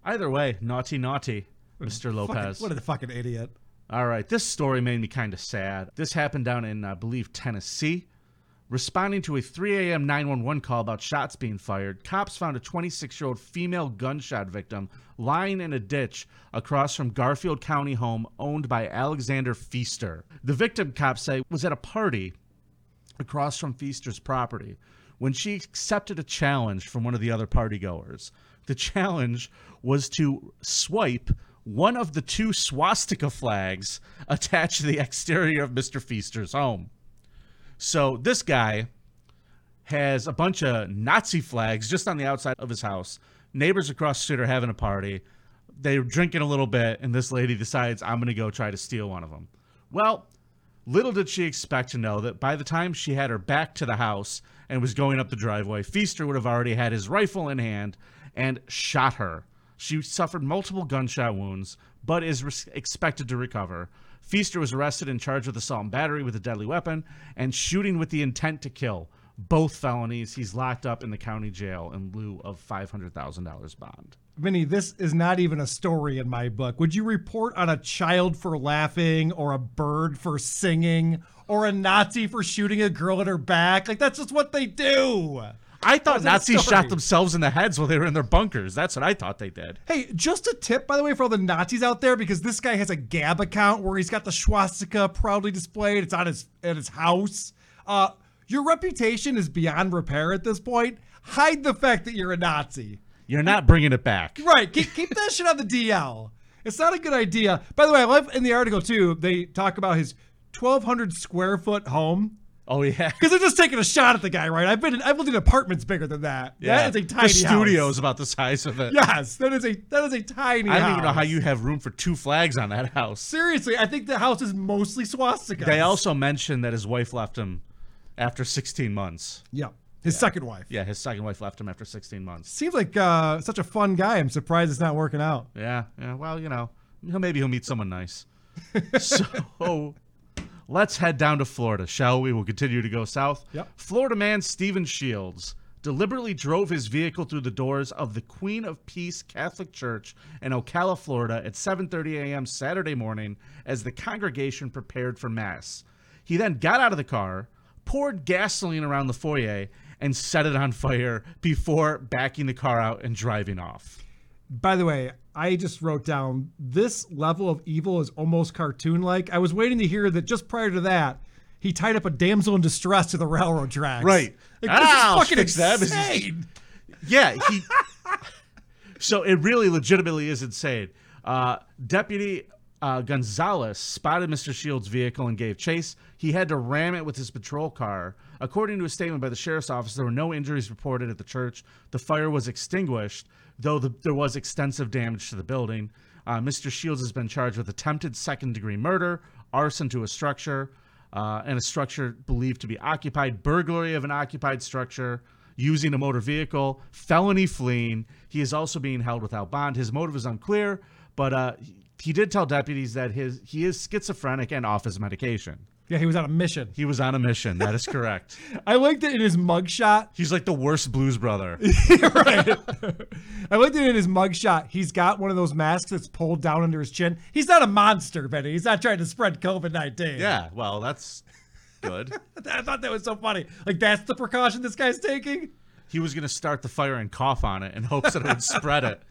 Speaker 1: either way, naughty, naughty, Mr. Lopez.
Speaker 2: Fucking, what a fucking idiot.
Speaker 1: All right, this story made me kind of sad. This happened down in, I believe, Tennessee. Responding to a 3 a.m. 911 call about shots being fired, cops found a 26 year old female gunshot victim lying in a ditch across from Garfield County home owned by Alexander Feaster. The victim, cops say, was at a party across from Feaster's property when she accepted a challenge from one of the other partygoers. The challenge was to swipe one of the two swastika flags attached to the exterior of Mr. Feaster's home. So this guy has a bunch of Nazi flags just on the outside of his house. Neighbors across the street are having a party. They're drinking a little bit, and this lady decides, I'm going to go try to steal one of them. Well, little did she expect to know that by the time she had her back to the house and was going up the driveway, Feaster would have already had his rifle in hand and shot her. She suffered multiple gunshot wounds, but is res- expected to recover. Feaster was arrested and charged with assault and battery with a deadly weapon and shooting with the intent to kill. Both felonies. He's locked up in the county jail in lieu of $500,000 bond.
Speaker 2: Vinny, this is not even a story in my book. Would you report on a child for laughing or a bird for singing or a Nazi for shooting a girl at her back? Like that's just what they do.
Speaker 1: I thought
Speaker 2: Wasn't a
Speaker 1: Nazis
Speaker 2: story.
Speaker 1: shot themselves in the heads while they were in their bunkers. That's what I thought they did.
Speaker 2: Hey, just a tip, by the way, for all the Nazis out there, because this guy has a Gab account where he's got the swastika proudly displayed. It's on his at his house. Uh, your reputation is beyond repair at this point. Hide the fact that you're a Nazi.
Speaker 1: You're not bringing it back.
Speaker 2: Right. Keep, keep that shit on the DL. It's not a good idea. By the way, I love in the article too. They talk about his 1,200 square foot home.
Speaker 1: Oh yeah.
Speaker 2: Because they're just taking a shot at the guy, right? I've been in, I've lived in apartments bigger than that. That is a tiny
Speaker 1: The studio
Speaker 2: house.
Speaker 1: is about the size of it.
Speaker 2: Yes, that is a that is a tiny.
Speaker 1: I
Speaker 2: house.
Speaker 1: don't even know how you have room for two flags on that house.
Speaker 2: Seriously, I think the house is mostly swastika.
Speaker 1: They also mentioned that his wife left him after 16 months.
Speaker 2: Yeah. His second wife.
Speaker 1: Yeah, his second wife left him after 16 months.
Speaker 2: Seems like uh, such a fun guy. I'm surprised it's not working out.
Speaker 1: Yeah, yeah. Well, you know, he'll- maybe he'll meet someone nice. so let's head down to Florida, shall we? We'll continue to go south.
Speaker 2: Yep.
Speaker 1: Florida man Stephen Shields deliberately drove his vehicle through the doors of the Queen of Peace Catholic Church in Ocala, Florida at 7:30 a.m. Saturday morning as the congregation prepared for mass. He then got out of the car, poured gasoline around the foyer, and set it on fire before backing the car out and driving off.
Speaker 2: By the way, I just wrote down this level of evil is almost cartoon like. I was waiting to hear that just prior to that, he tied up a damsel in distress to the railroad tracks.
Speaker 1: Right.
Speaker 2: Like, this
Speaker 1: I'll
Speaker 2: is fucking
Speaker 1: fix that. This is-
Speaker 2: insane.
Speaker 1: Yeah, he. so it really legitimately is insane. Uh, Deputy uh, Gonzalez spotted Mr. Shields' vehicle and gave chase. He had to ram it with his patrol car. According to a statement by the sheriff's office, there were no injuries reported at the church. The fire was extinguished, though the, there was extensive damage to the building. Uh, Mr. Shields has been charged with attempted second degree murder, arson to a structure, uh, and a structure believed to be occupied, burglary of an occupied structure, using a motor vehicle, felony fleeing. He is also being held without bond. His motive is unclear, but uh, he- he did tell deputies that his he is schizophrenic and off his medication.
Speaker 2: Yeah, he was on a mission.
Speaker 1: He was on a mission. That is correct.
Speaker 2: I like that in his mugshot.
Speaker 1: He's like the worst blues brother.
Speaker 2: I looked at it in his mugshot. He's got one of those masks that's pulled down under his chin. He's not a monster, Benny. He's not trying to spread COVID 19.
Speaker 1: yeah, well, that's good.
Speaker 2: I thought that was so funny. Like, that's the precaution this guy's taking?
Speaker 1: He was going to start the fire and cough on it in hopes that it would spread it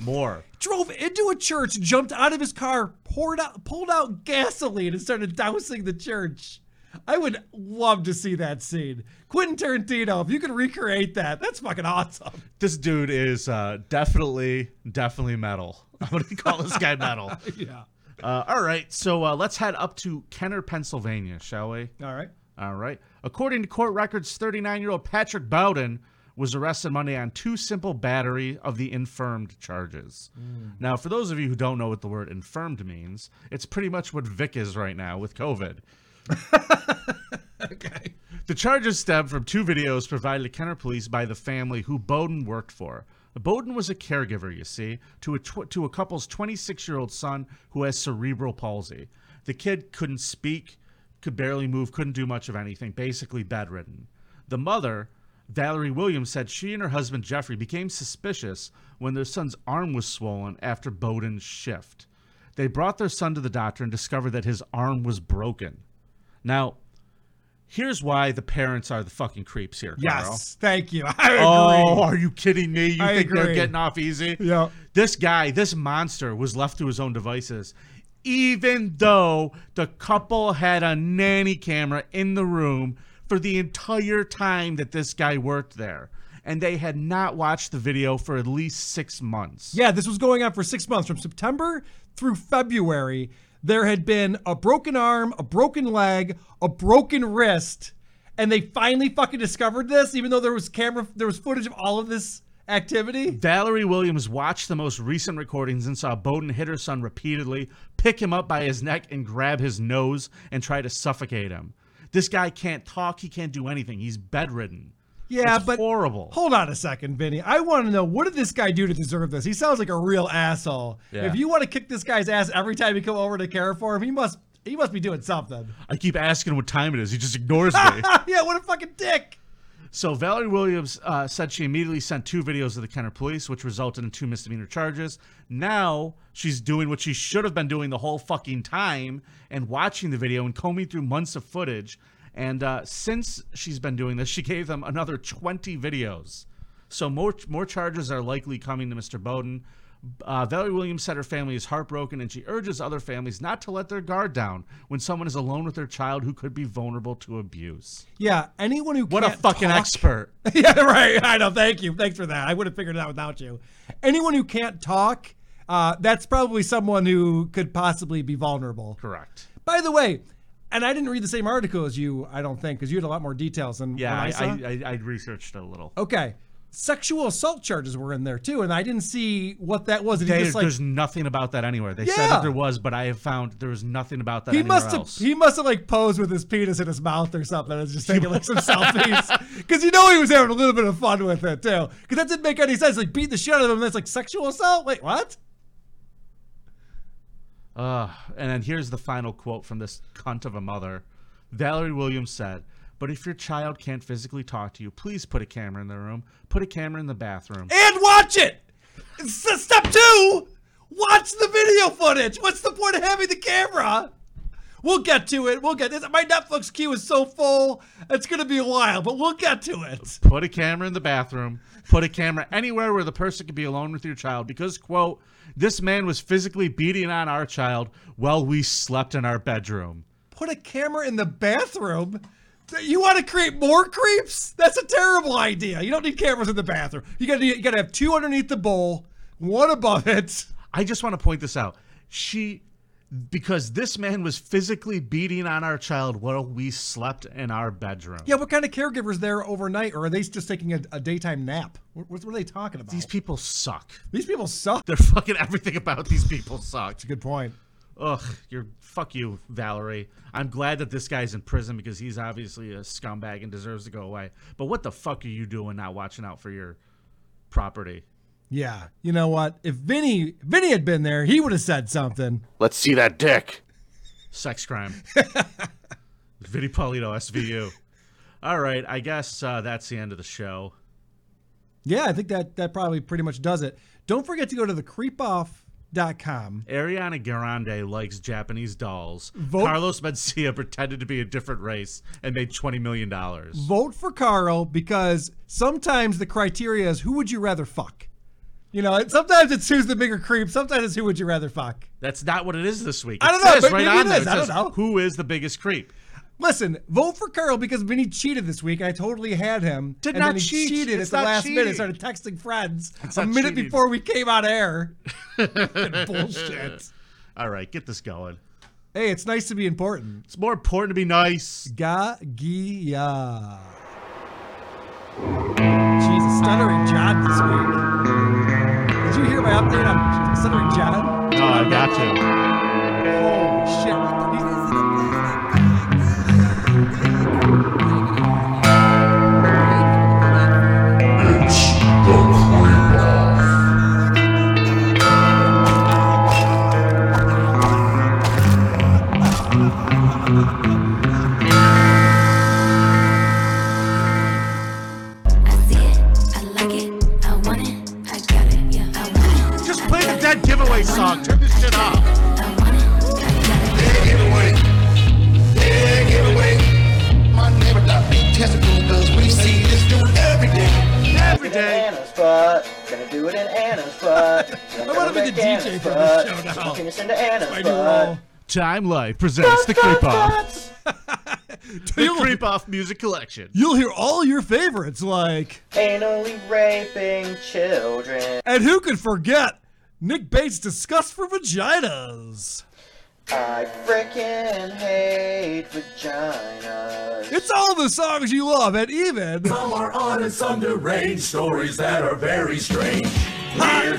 Speaker 1: more.
Speaker 2: Drove into a church, jumped out of his car, poured out, pulled out gasoline, and started dousing the church. I would love to see that scene. Quentin Tarantino, if you could recreate that, that's fucking awesome.
Speaker 1: This dude is uh, definitely, definitely metal. I'm going to call this guy metal.
Speaker 2: yeah.
Speaker 1: Uh, all right, so uh, let's head up to Kenner, Pennsylvania, shall we?
Speaker 2: All right.
Speaker 1: All right. According to court records, 39 year old Patrick Bowden was arrested Monday on two simple battery of the infirmed charges.
Speaker 15: Mm.
Speaker 1: Now, for those of you who don't know what the word infirmed means, it's pretty much what Vic is right now with COVID. The charges stem from two videos provided to Kenner police by the family who Bowden worked for. Bowden was a caregiver, you see, to a tw- to a couple's 26-year-old son who has cerebral palsy. The kid couldn't speak, could barely move, couldn't do much of anything, basically bedridden. The mother, Valerie Williams, said she and her husband Jeffrey became suspicious when their son's arm was swollen after Bowden's shift. They brought their son to the doctor and discovered that his arm was broken. Now, here's why the parents are the fucking creeps here. Carl.
Speaker 2: Yes. Thank you. I agree.
Speaker 1: Oh, are you kidding me? You
Speaker 2: I
Speaker 1: think they're
Speaker 2: agree.
Speaker 1: getting off easy?
Speaker 2: Yeah.
Speaker 1: This guy, this monster, was left to his own devices, even though the couple had a nanny camera in the room for the entire time that this guy worked there. And they had not watched the video for at least six months.
Speaker 2: Yeah, this was going on for six months from September through February. There had been a broken arm, a broken leg, a broken wrist, and they finally fucking discovered this, even though there was camera, there was footage of all of this activity.
Speaker 1: Valerie Williams watched the most recent recordings and saw Bowden hit her son repeatedly, pick him up by his neck and grab his nose and try to suffocate him. This guy can't talk, he can't do anything. He's bedridden.
Speaker 2: Yeah,
Speaker 1: It's
Speaker 2: but
Speaker 1: horrible.
Speaker 2: Hold on a second, Vinny. I want to know what did this guy do to deserve this? He sounds like a real asshole.
Speaker 1: Yeah.
Speaker 2: If you want to kick this guy's ass every time you come over to care for him, he must he must be doing something.
Speaker 1: I keep asking what time it is. He just ignores me.
Speaker 2: yeah, what a fucking dick.
Speaker 1: So Valerie Williams uh, said she immediately sent two videos to the Kenner police, which resulted in two misdemeanor charges. Now she's doing what she should have been doing the whole fucking time and watching the video and combing through months of footage. And uh, since she's been doing this, she gave them another 20 videos. So more more charges are likely coming to Mr. Bowden. Uh, Valerie Williams said her family is heartbroken and she urges other families not to let their guard down when someone is alone with their child who could be vulnerable to abuse.
Speaker 2: Yeah, anyone who
Speaker 1: What a
Speaker 2: can't
Speaker 1: fucking
Speaker 2: talk-
Speaker 1: expert.
Speaker 2: yeah, right. I know. Thank you. Thanks for that. I would have figured it out without you. Anyone who can't talk, uh, that's probably someone who could possibly be vulnerable.
Speaker 1: Correct.
Speaker 2: By the way, and I didn't read the same article as you, I don't think, because you had a lot more details than
Speaker 1: Yeah,
Speaker 2: what I,
Speaker 1: I,
Speaker 2: saw.
Speaker 1: I, I, I researched it a little.
Speaker 2: okay. Sexual assault charges were in there too, and I didn't see what that was. Did he
Speaker 1: They-
Speaker 2: just like
Speaker 1: there's nothing about that anywhere. They said
Speaker 2: Yeah.
Speaker 1: that there was, but I have found there was nothing about that
Speaker 2: he
Speaker 1: anywhere
Speaker 2: must have
Speaker 1: else.
Speaker 2: he must have like posed with his penis in his mouth or something and just taking like some selfies because you know he was having a little bit of fun with it too because that didn't make any sense like beat the shit out of him that's like sexual assault wait what
Speaker 1: Uh, and then here's the final quote from this cunt of a mother. Valerie Williams said, But if your child can't physically talk to you, please put a camera in the room, put a camera in the bathroom.
Speaker 2: and watch it S- step two watch the video footage what's the point of having the camera we'll get to it we'll get this my Netflix queue is so full it's gonna be a while but we'll get to it
Speaker 1: Put a camera in the bathroom. Put a camera anywhere where the person could be alone with your child. Because, quote, this man was physically beating on our child while we slept in our bedroom.
Speaker 2: put a camera in the bathroom. Th- You want to create more creeps? That's a terrible idea. You don't need cameras in the bathroom. You got to you got to have two underneath the bowl, one above it.
Speaker 1: I just want to point this out. She because this man was physically beating on our child while we slept in our bedroom.
Speaker 2: Yeah, what kind of caregivers there overnight, or are they just taking a, a daytime nap? What, what were they talking about? These
Speaker 1: people suck.
Speaker 2: These people suck.
Speaker 1: They're fucking everything about these people sucks.
Speaker 2: Good point.
Speaker 1: Ugh, you're fuck you, Valerie. I'm glad that this guy's in prison because he's obviously a scumbag and deserves to go away. But what the fuck are you doing not watching out for your property?
Speaker 2: Yeah, you know what? If Vinny Vinny had been there, he would have said something.
Speaker 13: Let's see that dick.
Speaker 1: Sex crime. Vinny Paulino, SVU. All right, I guess uh, that's the end of the show.
Speaker 2: Yeah, I think that that probably pretty much does it. Don't forget to go to the creepoff.com.
Speaker 1: Ariana Grande likes Japanese dolls.
Speaker 2: Vote-
Speaker 1: Carlos Mencia pretended to be a different race and made $20 million.
Speaker 2: Vote for Carl because sometimes the criteria is who would you rather fuck. You know, and sometimes it's who's the bigger creep. Sometimes it's who would you rather fuck.
Speaker 1: That's not what it is this week.
Speaker 2: I don't
Speaker 1: It
Speaker 2: know,
Speaker 1: says
Speaker 2: but
Speaker 1: right
Speaker 2: maybe it
Speaker 1: on there,
Speaker 2: is. I don't
Speaker 1: says,
Speaker 2: know.
Speaker 1: Who is the biggest creep?
Speaker 2: Listen, vote for Carl because Vinny cheated this week. I totally had him.
Speaker 1: Did
Speaker 2: and
Speaker 1: not
Speaker 2: then he
Speaker 1: cheat.
Speaker 2: cheated
Speaker 1: It's
Speaker 2: at
Speaker 1: not
Speaker 2: the last minute.
Speaker 1: cheating.
Speaker 2: Started texting friends
Speaker 1: It's
Speaker 2: a
Speaker 1: not
Speaker 2: minute
Speaker 1: cheating.
Speaker 2: before we came on air. Fucking bullshit.
Speaker 1: All right, get this going.
Speaker 2: Hey, it's nice to be important.
Speaker 1: It's more important to be nice.
Speaker 2: Ga Jesus, stuttering John this week. Did you hear my update on stuttering John?
Speaker 1: No, I've got to.
Speaker 2: Oh shit.
Speaker 3: It's the creep off.
Speaker 1: Just play the dead giveaway song. Turn this shit off.
Speaker 15: Dead giveaway. Dead giveaway. My neighbor got big testicles because we see this dude every day. Every day. Anna's butt. Gonna do it in Anna's butt. I
Speaker 2: wanna be the DJ for this show now.
Speaker 15: Gonna this into Anna's
Speaker 2: my new
Speaker 15: butt.
Speaker 1: Time Live presents the Creep Off. The
Speaker 2: You'll-
Speaker 1: Creep Off Music Collection.
Speaker 2: You'll hear all your favorites like
Speaker 15: Anally raping children.
Speaker 2: And who could forget Nick Bates' disgust for vaginas?
Speaker 15: I frickin' hate vaginas.
Speaker 2: It's all the songs you love, and even
Speaker 15: Some are honest, some
Speaker 16: Range stories that are very strange. Hot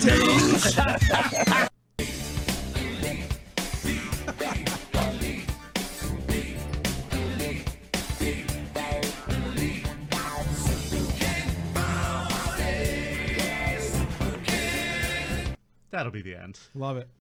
Speaker 1: That'll be the end.
Speaker 2: Love it.